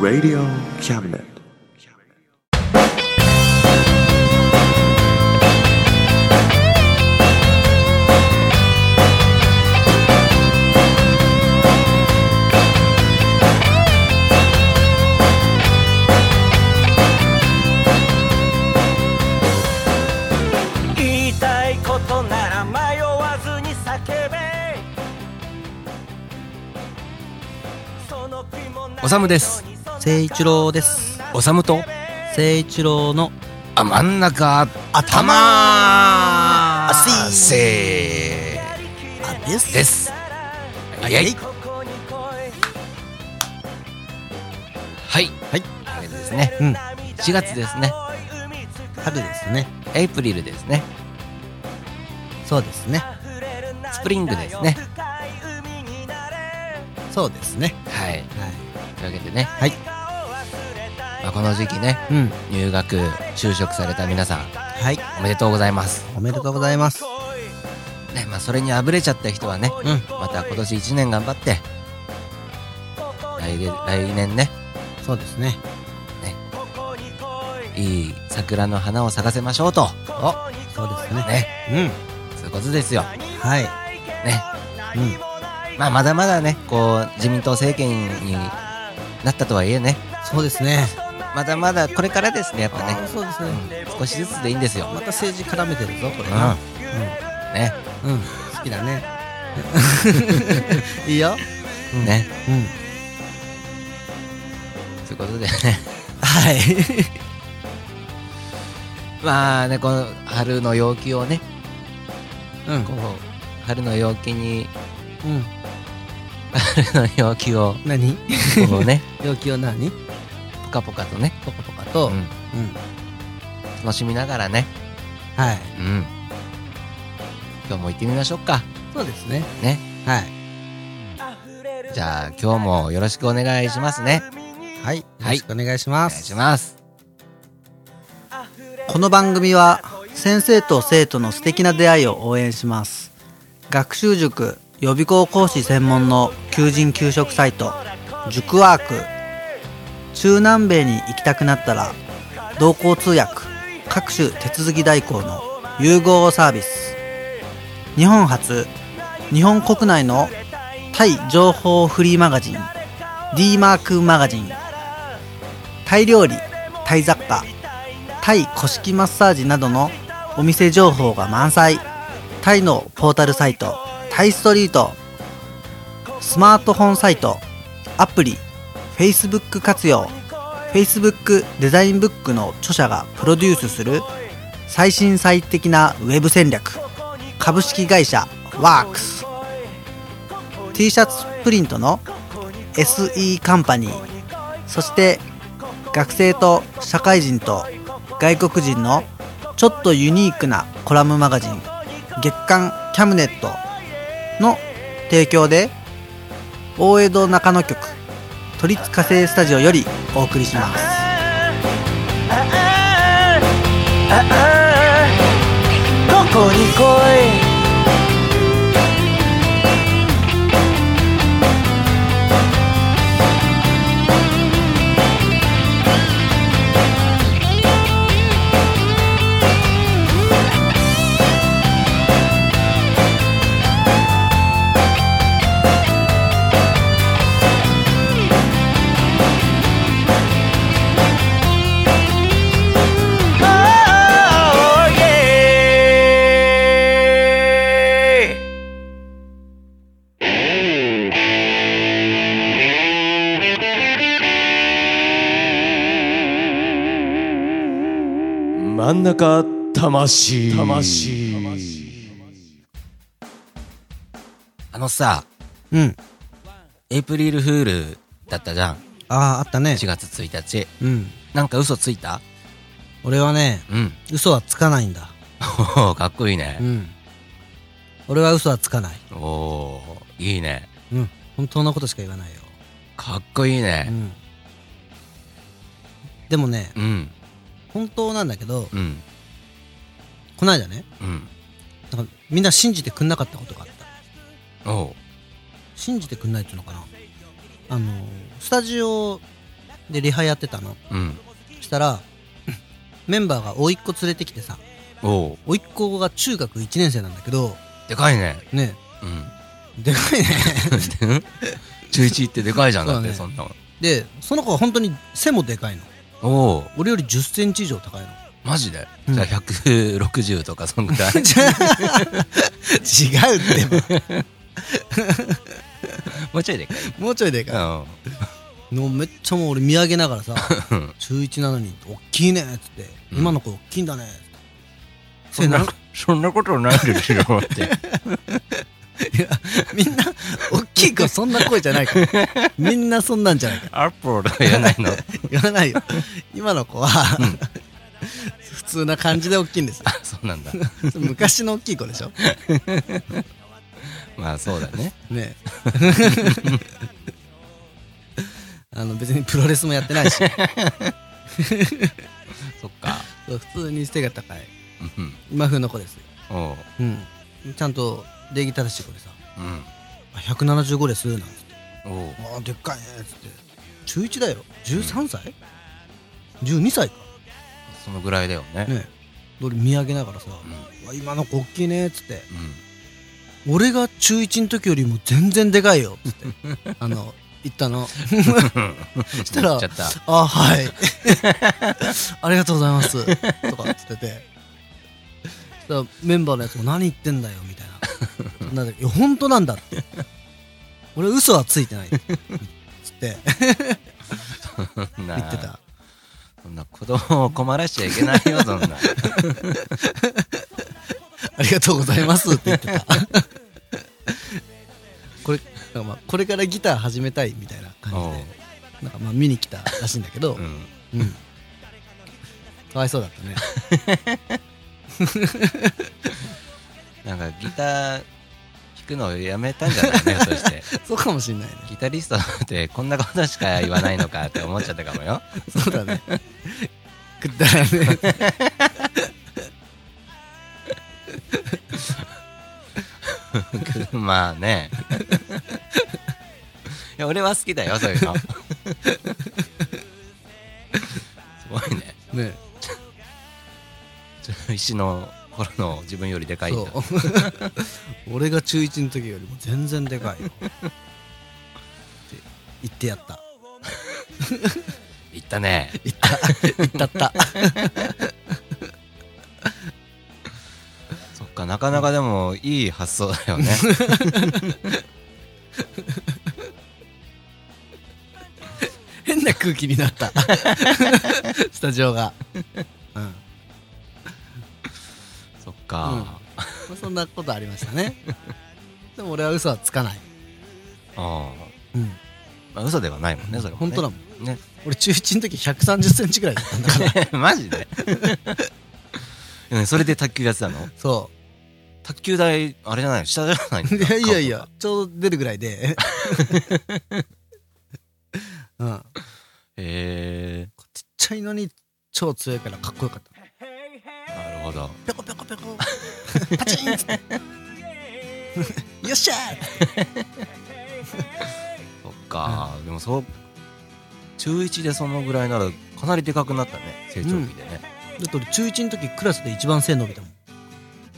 Radio Cabinet. 言いたいことなら迷わずに叫べその気もないおさむです誠一郎ですおさむと誠一郎のあ真ん中頭あせあですーですはいはいここに来はいはいあれですねうんい4月ですね春ですねエイプリルですねそうですねスプリングですねそうですねはいはいというわけでね、はいまあ、この時期ねうん入学就職された皆さんはいおめでとうございますおめでとうございますねまあそれにあぶれちゃった人はねうんまた今年1年頑張って来月来年ねそうですねいい桜の花を咲かせましょうとおそうですねねうんそういうことですよはいねうんまあまだまだねこう自民党政権になったとはいえねそうですねまだまだこれからですねやっぱねあ、そうですねうん少しずつでいいんですよ、また政治絡めてるぞこれなうねうん、うん、好きだねいいようんねうんということでねはい まあねこの春の陽気をねうんこう春の陽気にうん春の陽気を何こう ね要求は何ポカポカとね、ポコポコと、うんうん、楽しみながらねはいうん今日も行ってみましょうかそうですねねはい じゃあ今日もよろしくお願いしますねはいよはいろしくお願いしおま願いす、しますこの番組は先生と生徒の素敵な出会いを応援します学習塾予備校講師専門の求人・求職サイト塾ワーク中南米に行きたくなったら同行通訳各種手続き代行の融合サービス日本初日本国内のタイ情報フリーマガジン d マークマガジンタイ料理タイ雑貨タイ古式マッサージなどのお店情報が満載タイのポータルサイトタイストリートスマートフォンサイトアプリ Facebook 活用 Facebook デザインブックの著者がプロデュースする最新最適なウェブ戦略株式会社 WorksT シャツプリントの SE カンパニーそして学生と社会人と外国人のちょっとユニークなコラムマガジン月刊キャムネットの提供で大江戸中野局都立火星スタジオよりお送りしますここに来い真ん中魂魂あのさうんエイプリルフールだったじゃんあああったね4月1日うんなんか嘘ついた俺はねうん嘘はつかないんだおーかっこいいねん俺は嘘はつかないおおーいいねうん本当のことしか言わないよかっこいいねんでもねうん本当なんだけどうんこないだねうんなんかみんな信じてくんなかったことがあったおう信じてくんないっていうのかなあのスタジオでリハやってたのうんしたらメンバーが甥っ子連れてきてさおう甥っ子が中学1年生なんだけどでかいねねうんでかいね 中1ってでかいじゃんそうだだってねそんなのでその子は本当に背もでかいのおお俺より1 0ンチ以上高いのマジで、うんじゃあ160とかそんぐ らい 違うってもうちょいでかいばもうちょいでかいのめっちゃもう俺見上げな がらさうん中1なのに「おっきいね」っつって「うん今の子おっきいんだね」そんなそんなことないですよって みんなおっきい子そんな声じゃないからみんなそんなんじゃないからアップルとか言わないの 言わないよ今の子は普通な感じでおっきいんですよあそうなんだ昔の大きい子でしょまあそうだね ねえ あの別にプロレスもやってないしそっ かそう普通に背が高いうん今風の子ですよおううんちゃんと礼儀正しい子でさうん「あ175です」なんつっておう「ああでっかいね」っつって中1だよ13歳、?12 歳かそのぐらいだよねねえ俺見上げながらさ「ううわ今の子大きいね」っつって「俺が中1の時よりも全然でかいよ」っつっ てあの言ったのうんした言らっちゃったあはい ありがとうございますとかっつっててそしたらメンバーのやつも何言ってんだよみたいななんだいや本当なんだって俺嘘はついてない つってそん な言ってたそんな子供を困らしちゃいけないよそ んなありがとうございますって言ってた これなんかまあこれからギター始めたいみたいなお感うじでなんかまあ見に来たらしいんだけど、うんうんかわいそうだったねなんかギター弾くのをやめたん じゃないねそして そうかもしんないねギタリストってこんなことしか言わないのかって思っちゃったかも よ。そうだね。くだらねえ。まあ ね。いや俺は好きだよそういう の。すごいね。ね石の頃の自分よりでかいんそうだ。。俺が中1の時よりも全然でかいよ。って言ってやった。言ったね。言った。言ったった。そっかなかなかでもいい発想だ よね。変な空気になった。スタジオが。うん。まそっか。あそんなことありましたね。でも俺は嘘はつかない。あうん。あ。まあ嘘ではないもんねそれも、ね。本当だもん。ん。ね。 俺中1の時130センチぐらいだったんだから。マジで うんそれで卓球やってたの そ卓球台あれじゃないの下じゃないのう。いやいやいや、 ちょうど出るぐらいで。 うん。へちっちゃいのに超強いからかっこよかったえなるほどペコペコペコ パチンっつってよっしゃそっか、でもそう中1でそのぐらいならかなりでかくなったね成長期でね、ーだって俺中1の時クラスで一番背伸びたもん、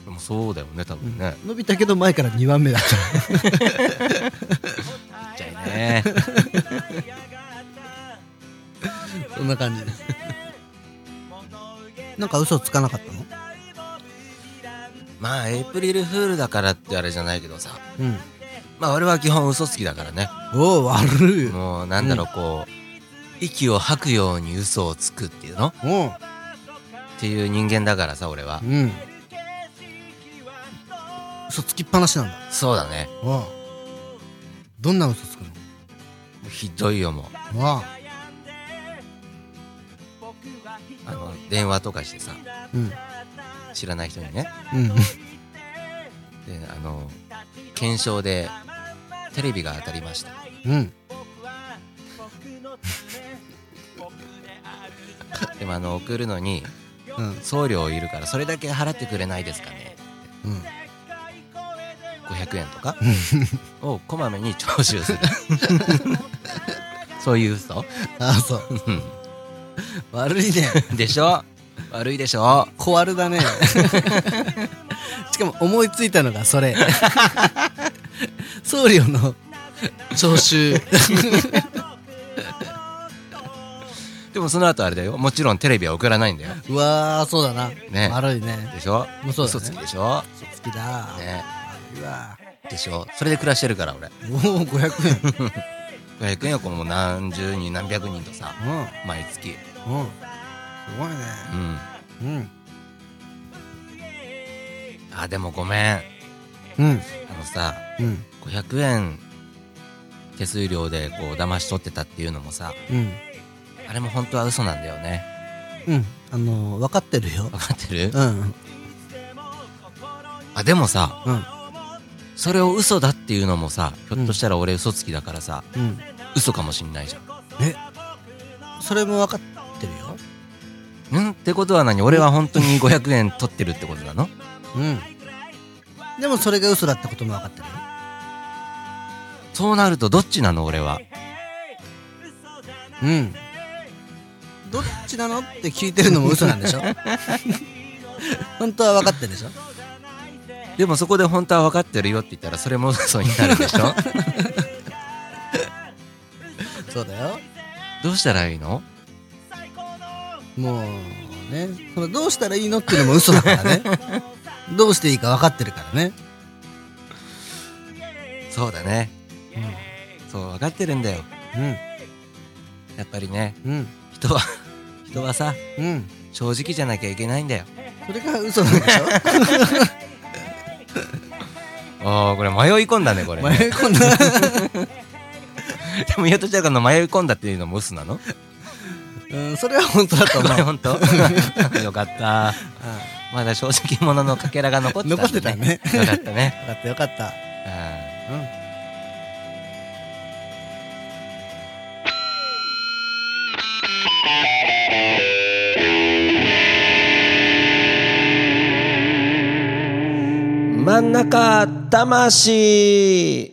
でもそうだよね多分ね、伸びたけど前から2番目だったちっちゃい ね そんな感じです なんか嘘つかなかったのまあエイプリルフールだからってあれじゃないけどさうんまあ俺は基本嘘つきだからねおお悪いもうなんだろうこう、息を吐くように嘘をつくっていうのっおうていう人間だからさ俺はうん嘘つきっぱなしなんだそうだねおうどんな嘘つくのひどいよもうわあの電話とかしてさあうん知らない人にねうんであの検証でテレビが当たりましたうんでもあの送るのにうん送料いるからそれだけ払ってくれないですかねうん500円とかをこまめに徴収 するそういう嘘あそう悪いねでしょ悪いでしょ小悪だねしかも思いついたのがそれ送料の徴収でもその後あれだよもちろんテレビは送らないんだようわーそうだな、ね悪いねでしょもうそうだ嘘ねつきでしょ好きだ、ねうわでしょそれで暮らしてるから俺ーおお500円500円をこの何十人何百人とさうんうん毎月すごいねうんうんあでもごめんうんあのさうん500円手数料でこう騙し取ってたっていうのもさうんあれも本当は嘘なんだよねうんあのー、分かってるよ分かってるうんあでもさうんそれを嘘だっていうのもさひょっとしたら俺嘘つきだからさ、うん嘘かもしんないじゃんそれも分かってるようんってことは何俺は本当に500円取ってるってことなのうんでもそれが嘘だってことも分かってるよそうなるとどっちなの俺はうんどっちなのって聞いてるのも嘘なんで しょ本当は分かってるでしょでもそこで本当は分かってるよって言ったらそれも嘘になるでし ょそうだよどうしたらいいのもうねそのどうしたらいいのっていうのも嘘だからねどうしていいか分かってるからねそうだね、そう分かってるんだよやっぱりねうんうん人は 人はさうん正直じゃなきゃいけないんだよそれが嘘なんでしょあーこれ迷い込んだねこれ迷い込んだでもひょっとしたらこの迷い込んだっていうのも嘘 なのうんそれは本当だと 思う本当よかったまだ正直者のかけらが残ってたんだ、残ってたねよかった ね分かったよかったうんうん真ん中魂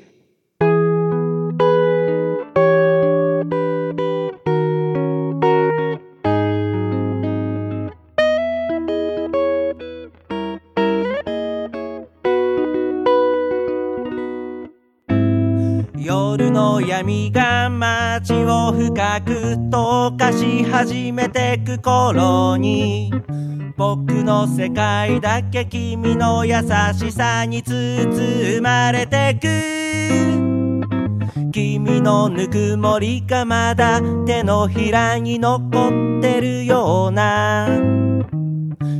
夜の闇が街を深く溶かし始めてく頃に僕の世界だけ君の優しさに包まれてく君のぬくもりがまだ手のひらに残ってるような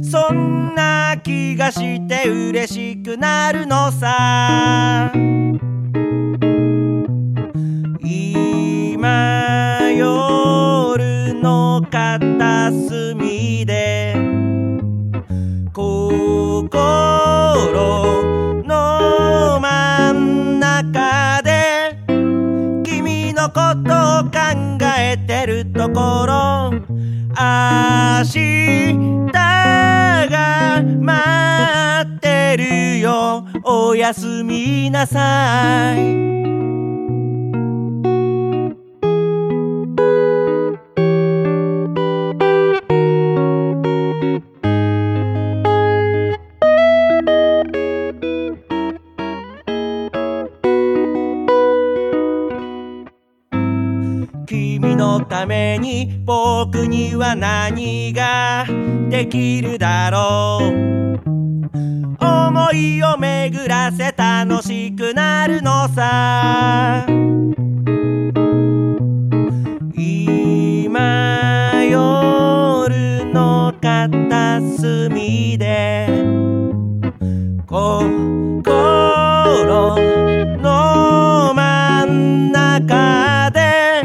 そんな気がして嬉しくなるのさ今夜の片隅で心の真ん中で君のことを考えてるところ明日が待ってるよおやすみなさい君のために僕には何ができるだろう思いを巡らせ楽しくなるのさ今夜の片隅で心の真ん中で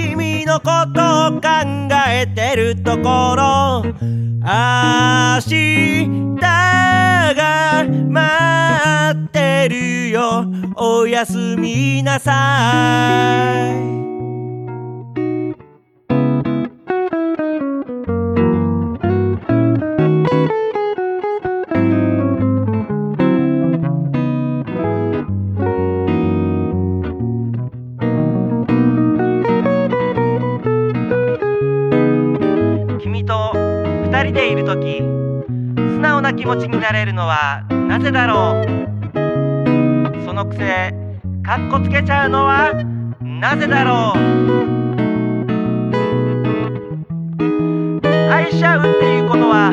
君のことを考えてるところ明日が待ってるよおやすみなさ「い気持ちになれるのはなぜだろうそのくせかっこつけちゃうのはなぜだろう愛し合うっていうことは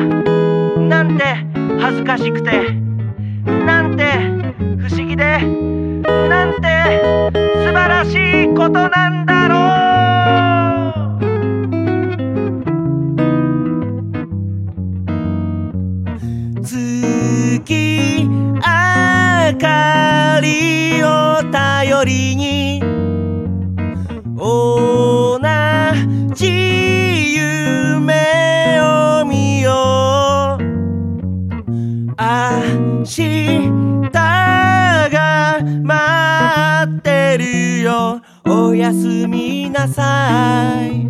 なんて恥ずかしくてなんて不思議でなんて素晴らしいことなんだろう月明かりを頼りに同じ夢を見よう明日が待ってるよおやすみなさい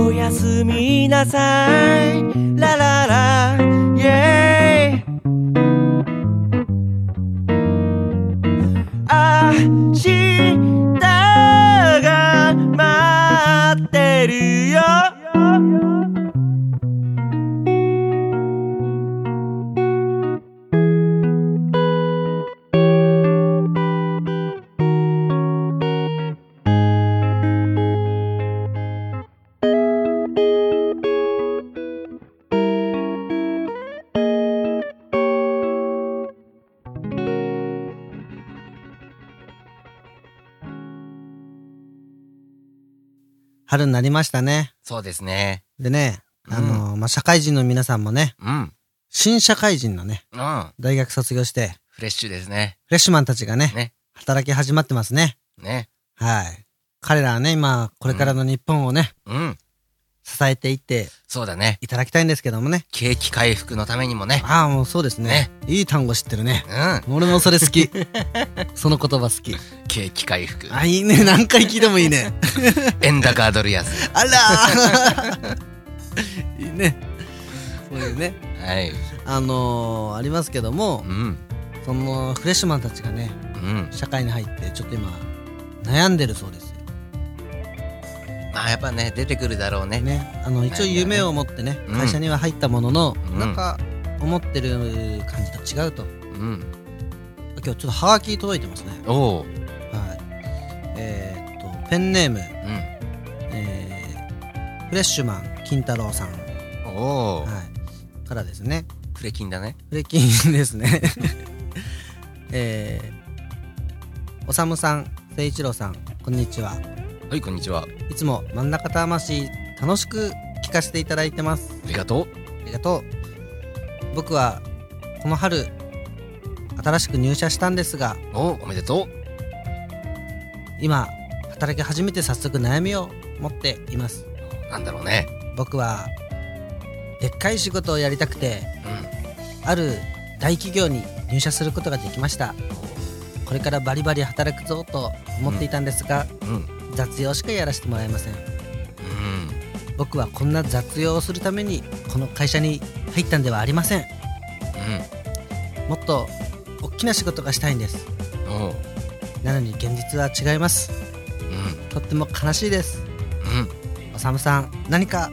おやすみなさいララライェイ明日が待ってるよ春になりましたね。そうですね。でね、あのーまあ、社会人の皆さんもね、うん。新社会人のね、うん。大学卒業して、フレッシュですね。フレッシュマンたちがね、ね働き始まってますね。ね。はい。彼らはね、今、これからの日本をね、うん。支えていってそうだね。いただきたいんですけどもね。景気回復のためにもね。ああ、もうそうですね。いい単語知ってるね。うん。俺もそれ好き。 その言葉好き。景気回復。あ、いいね。何回聞いてもいい ね。円高ドル安。あらー いいね。そういうね。はい。あのー、ありますけどもう、ん。そのフレッシュマンたちがね、うん。社会に入って、ちょっと今、悩んでるそうですよ。まあやっぱね、出てくるだろうね。ね、あの一応夢を持ってねうん会社には入ったものの、うんなんか思ってる感じと違うとうん。今日ちょっとハガキ届いてますねおお。はいえーっとペンネーム、うん。えーフレッシュマン金太郎さん、はおお。い、からですねクレキンだね。フレキンですね えー、おさむさん誠一郎さんこんにちははい、こんにちは。いつも真ん中魂楽しく聞かせていただいてますありがとう。ありがとう。僕はこの春新しく入社したんですがおお、おめでと今働き始めて早速悩みを持っていますう。なんだろうね。僕はでっかい仕事をやりたくてうある大企業に入社することができましたこれからバリバリ働くぞと思っていたんですが、ん。うん。雑用しかやらせてもらえませんうん。僕はこんな雑用をするためにこの会社に入ったんではありませんもっと大きな仕事がしたいんですうん。おお。なのに現実は違いますうん。とっても悲しいですうん。おさむさん何か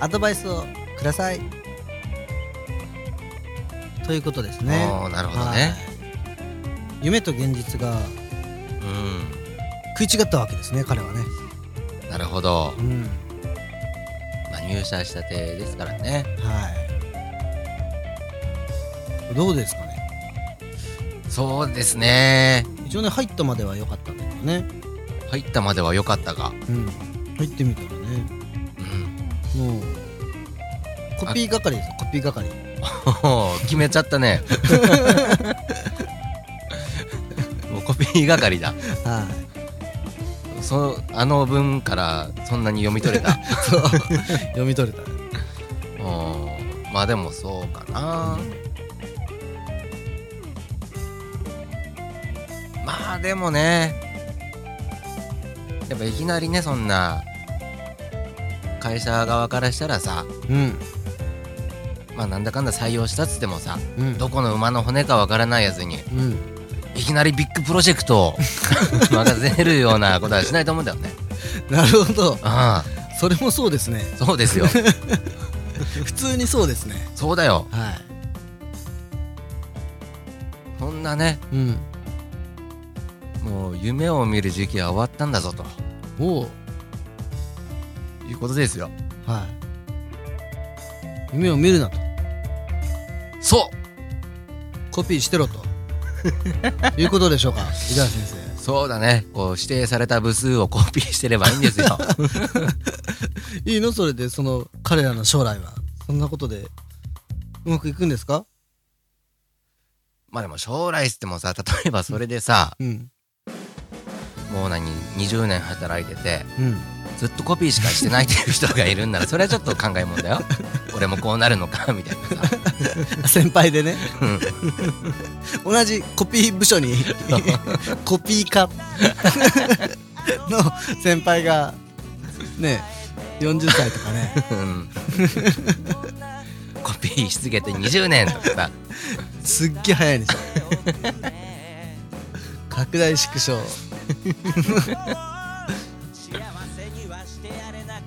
アドバイスをくださいということですねおーなるほどねはい夢と現実がう食い違ったわけですね彼はねん。なるほどう。んまあ入社したてですからね。はいどうですかねそうですね。一応ね入ったまでは良かったんだけどね入ったまでは良かったが。うん入ってみたらねうん。もうコピー係ですよコピー係おお、決めちゃった ね。もうコピー係だ。はいそあの文からそんなに読み取れ た。読み取れたおーまあでもそうかな。まあでもね、やっぱいきなりねそんな会社側からしたらさ、うんまあなんだかんだ採用したっつってもさ、うんどこの馬の骨かわからないやつにうんいきなりビッグプロジェ クトを任せるようなことはしないと思うんだよね。なるほどあそれもそうですねそうですよ普通にそうですねそうだよはそんなねいうんもう夢を見る時期は終わったんだぞとおおいうことですよはい夢を見るなとそうコピーしてろ ということでしょうか井川先生そうだねこう指定された部数をコピーしてればいいんです よいいのそれでその彼らの将来はそんなことでうまくいくんですかまあでも将来っつってもさ例えばそれでさうんもう何20年働いててうんずっとコピーしかしてないっていう人がいるんならそれはちょっと考えもんだ よ俺もこうなるのかみたいなさ 先輩でねうん 同じコピー部署 にコピー課 の先輩がね40歳とかねうん コピーし続けて20年とかさすっげえ早いで しょ拡大縮小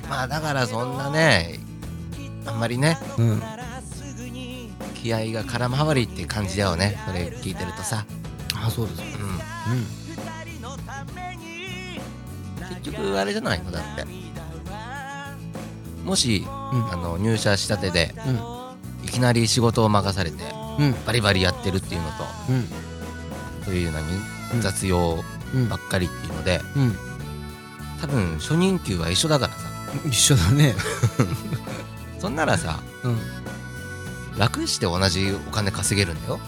まあだからそんなねあんまりねうん気合が空回りって感じだよねそれ聞いてるとさ、あそうですう、うん結局あれじゃないのだってもし、んあの入社したてでんいきなり仕事を任されてうんうんバリバリやってるっていうのうんとそういう何うん雑用うんばっかりっていうのでうん多分初任給は一緒だからさ一緒だねそんならさうん楽して同じお金稼げるんだよ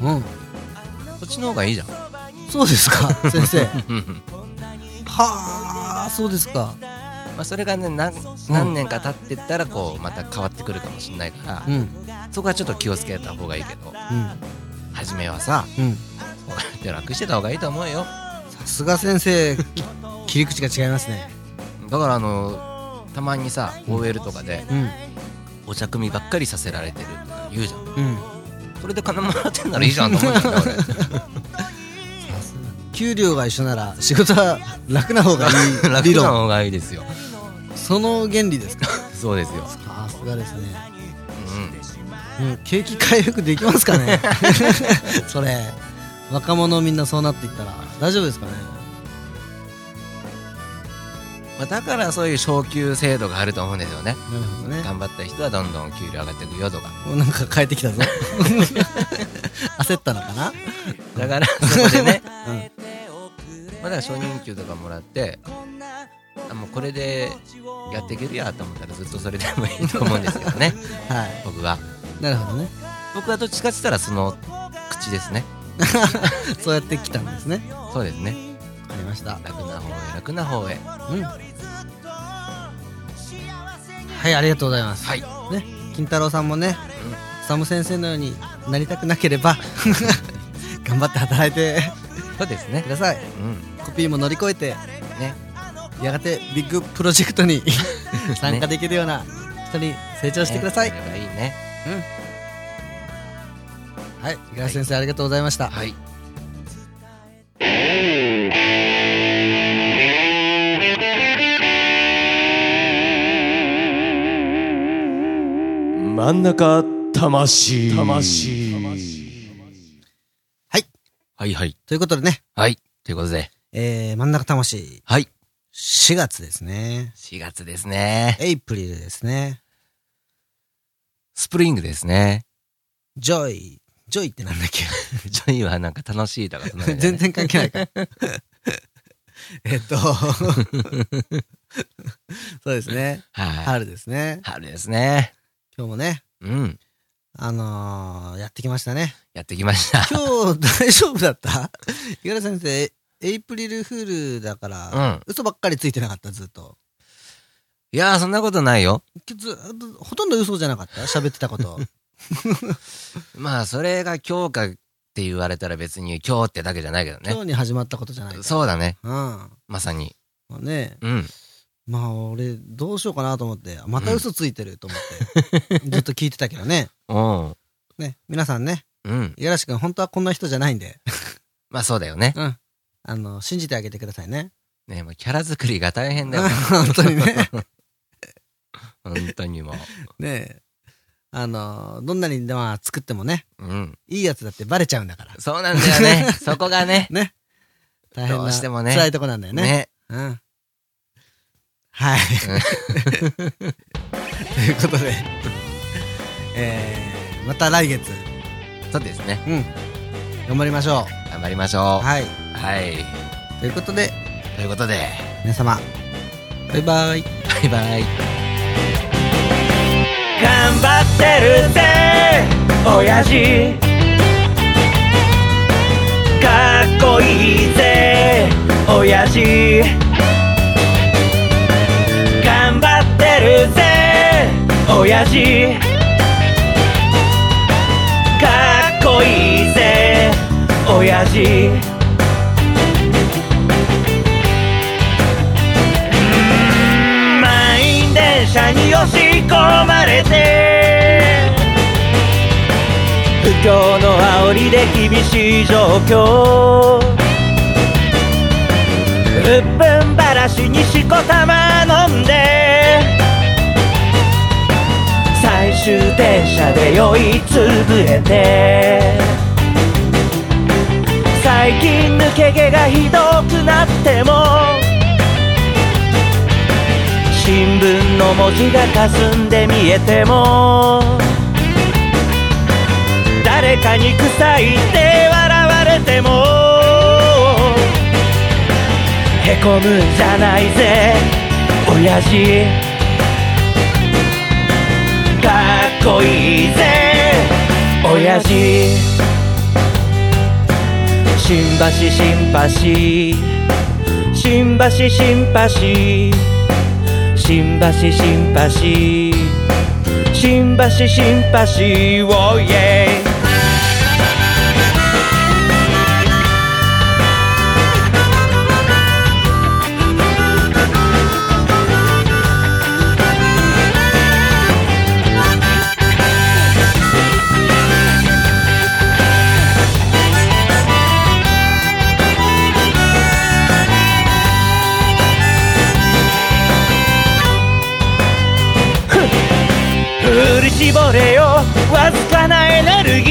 うんそっちの方がいいじゃん そうですか 先生うんはあそうですかまあそれがね何何年か経ってったらこうまた変わってくるかもしれないから、うんそこはちょっと気をつけた方がいいけどうん初めはさうんこうやって楽してた方がいいと思うよさすが先生き 切り口が違いますねだからあのたまにさ OL とかでうんお茶組ばっかりさせられてるとか言うじゃんうんそれで金もらってんならいいじゃんと思うんだよね 給料が一緒なら仕事は 楽な方がい俺い楽理な論方がいいですよその原理ですかそうですよ、さすがですねううん、景気回復できますか ねそれ若者みんなそうなっていったら大丈夫ですかねんまあ、だからそういう昇給制度があると思うんですよねなるほどね頑張った人はどんどん給料上がっていくよとかもうなんか変えてきた ぞ焦ったのかなだから そこでねうんまだ初任給とかもらってあもうこれでやっていけるやと思ったらずっとそれでもいいと思うんですけどねはい僕はなるほどね僕はどっちかって言ったらその口ですね そうやってきたんですねそうですねわかりました楽な方へ楽な方へうんはいありがとうございます、はいね、金太郎さんもね、サム先生のようになりたくなけれ ば頑張って働いてそうですねくださいうんコピーも乗り越えてねやがてビッグプロジェク トに参加できるような人に成長してください、ねそれがいいねはい五十嵐先生ありがとうございました、はい真ん中魂魂はいはいということでね、はいということでえー、真ん中魂はい4月ですね4月ですねエイプリルですねスプリングですね ジョイジョイってなんだっけジョイはなんか楽しいとかそんなのじゃない 全然関係ない からえっとそうですねはい春ですね春ですね今日もねうんあのー、やってきましたねやってきま した今日大丈夫だった 五十嵐先生エイプリルフールだから、うん嘘ばっかりついてなかったずっといやーそんなことないよずっとほとんど嘘じゃなかった喋ってたこと まあそれが今日かって言われたら別に今日ってだけじゃないけど今ね日に始まったことじゃないかそうだねうんままさにあねうんまあ俺どうしようかなと思ってまた嘘ついてると思って、ずっと聞いてたけどねうんね皆さんねうん五十嵐君本当はこんな人じゃないんでまあそうだよねうんあの信じてあげてくださいね ねもうキャラ作りが大変だよ本当に ね本当にもねえあのどんなに、まあ、作ってもねう。うん。いいやつだってバレちゃうんだからそうなんだよ ね。そこがね。ね大変などうしてもね辛いとこなんだよねね。うん はいということでえー、また来月そうですね。うん頑張りましょ頑張りましょう。うはいはい。ということでということで、皆様バイバイバイバイ。頑張ってるぜ親父かっこいいぜ親父頑張ってるぜ親父かっこいいぜ親父満員電車に押し込まれて不況の煽りで厳しい状況うっぷんばらしにしこたま飲んで最終電車で酔いつぶれて最近抜け毛がひどくなっても新聞の文字が霞んで見えても誰かに臭いって笑われてもへこむんじゃないぜ親父かっこいいぜ親父新橋新橋新橋新橋新橋新橋新橋新橋おいえ振り絞れよわずかなエネルギ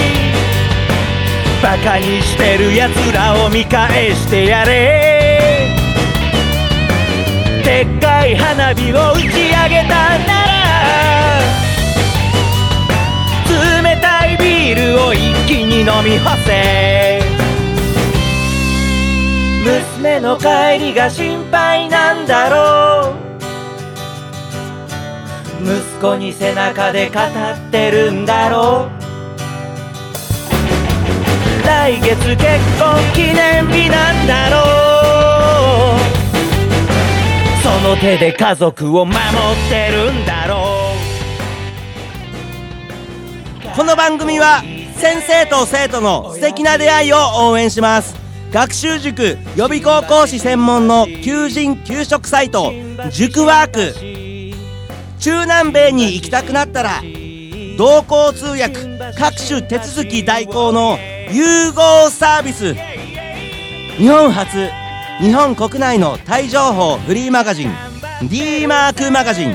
ーバカにしてるやつらを見返してやれでっかい花火を打ち上げたなら冷たいビールを一気に飲み干せ娘の帰りが心配なんだろう息子に背中で語ってるんだろう来月結婚記念日なんだろうその手で家族を守ってるんだろうこの番組は先生と生徒の素敵な出会いを応援します学習塾予備高校師専門の求人・求職サイト塾ワーク中南米に行きたくなったら同行通訳各種手続き代行の融合サービス日本初日本国内のタイ情報フリーマガジン D マークマガジン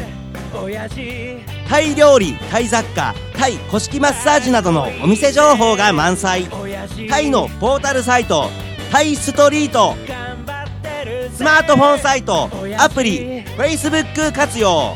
タイ料理タイ雑貨タイ古式マッサージなどのお店情報が満載タイのポータルサイトタイストリートスマートフォンサイトアプリ Facebook 活用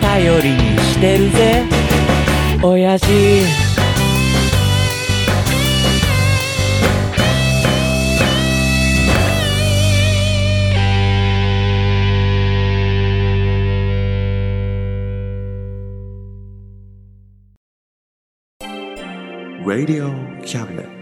頼りにしてるぜ親父 Radio Cabinet.